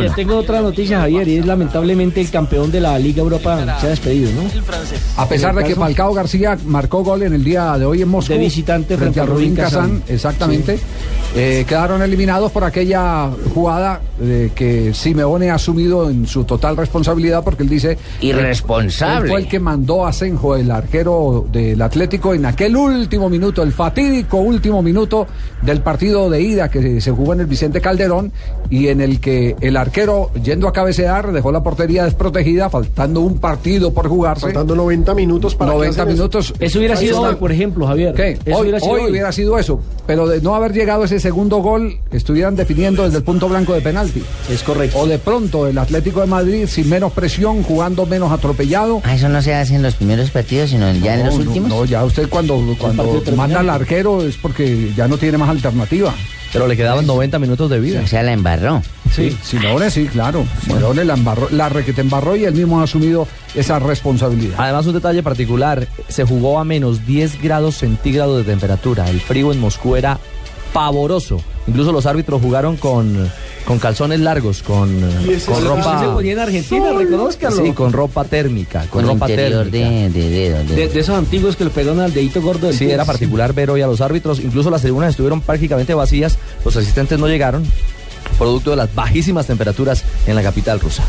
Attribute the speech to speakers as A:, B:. A: Yo tengo otra noticia, Javier, y es lamentablemente el campeón de la Liga Europa se ha despedido, ¿no?
B: A pesar de que Falcao García marcó gol en el día de hoy en Moscú.
A: De visitante
B: frente a Rubín Kazán,
A: Kazán,
B: exactamente. eh, quedaron eliminados por aquella jugada eh, que Simeone ha asumido en su total responsabilidad porque él dice... Él fue el
C: Irresponsable.
B: que mandó a Senjo, el arquero del Atlético, en aquel último minuto, el fatídico último minuto del partido de ida que se jugó en el Vicente Calderón y en el que el arquero, yendo a cabecear, dejó la portería desprotegida, faltando un partido por jugarse.
D: Faltando 90 minutos para que
B: 90
D: hacen eso.
B: minutos.
A: Eso hubiera
B: Ahí
A: sido
B: está.
A: hoy, por ejemplo, Javier.
B: ¿Qué?
A: Eso
B: hoy,
A: hubiera
B: hubiera
A: sido
B: hoy,
A: hoy.
B: hubiera sido eso, pero de no haber llegado ese segundo gol, estuvieran definiendo desde el punto blanco de penalti.
A: Es correcto.
B: O de pronto el Atlético de Madrid sin menos presión, jugando menos atropellado.
C: Ah, eso no se hace en los primeros partidos, sino ya en
B: No,
C: los
B: no,
C: últimos.
B: No, ya usted cuando,
A: partido
B: cuando
A: terminante.
B: manda al arquero es porque ya no tiene más alternativa.
E: Pero le quedaban 90 minutos de vida.
C: O sea, la embarró.
B: Sí, Simeone sí, claro. Simeone la, embarró, la requete embarró y él mismo ha asumido esa responsabilidad.
E: Además, un detalle particular, se jugó a menos 10 grados centígrados de temperatura. El frío en Moscú era pavoroso. Incluso los árbitros jugaron con, con calzones largos, con,
D: Y ese
E: con
D: es el
E: ropa...
A: Se ponía en Argentina, reconózcalo.
E: Sí, con ropa térmica, con,
C: Con
E: ropa
C: interior
E: térmica.
C: de, de dedo. de-
A: De, de esos antiguos que le pegaron al dedito gordo del
E: Sí,
A: pie.
E: era particular ver hoy a los árbitros. Incluso las tribunas estuvieron prácticamente vacías. Los asistentes no llegaron, producto de las bajísimas temperaturas en la capital rusa.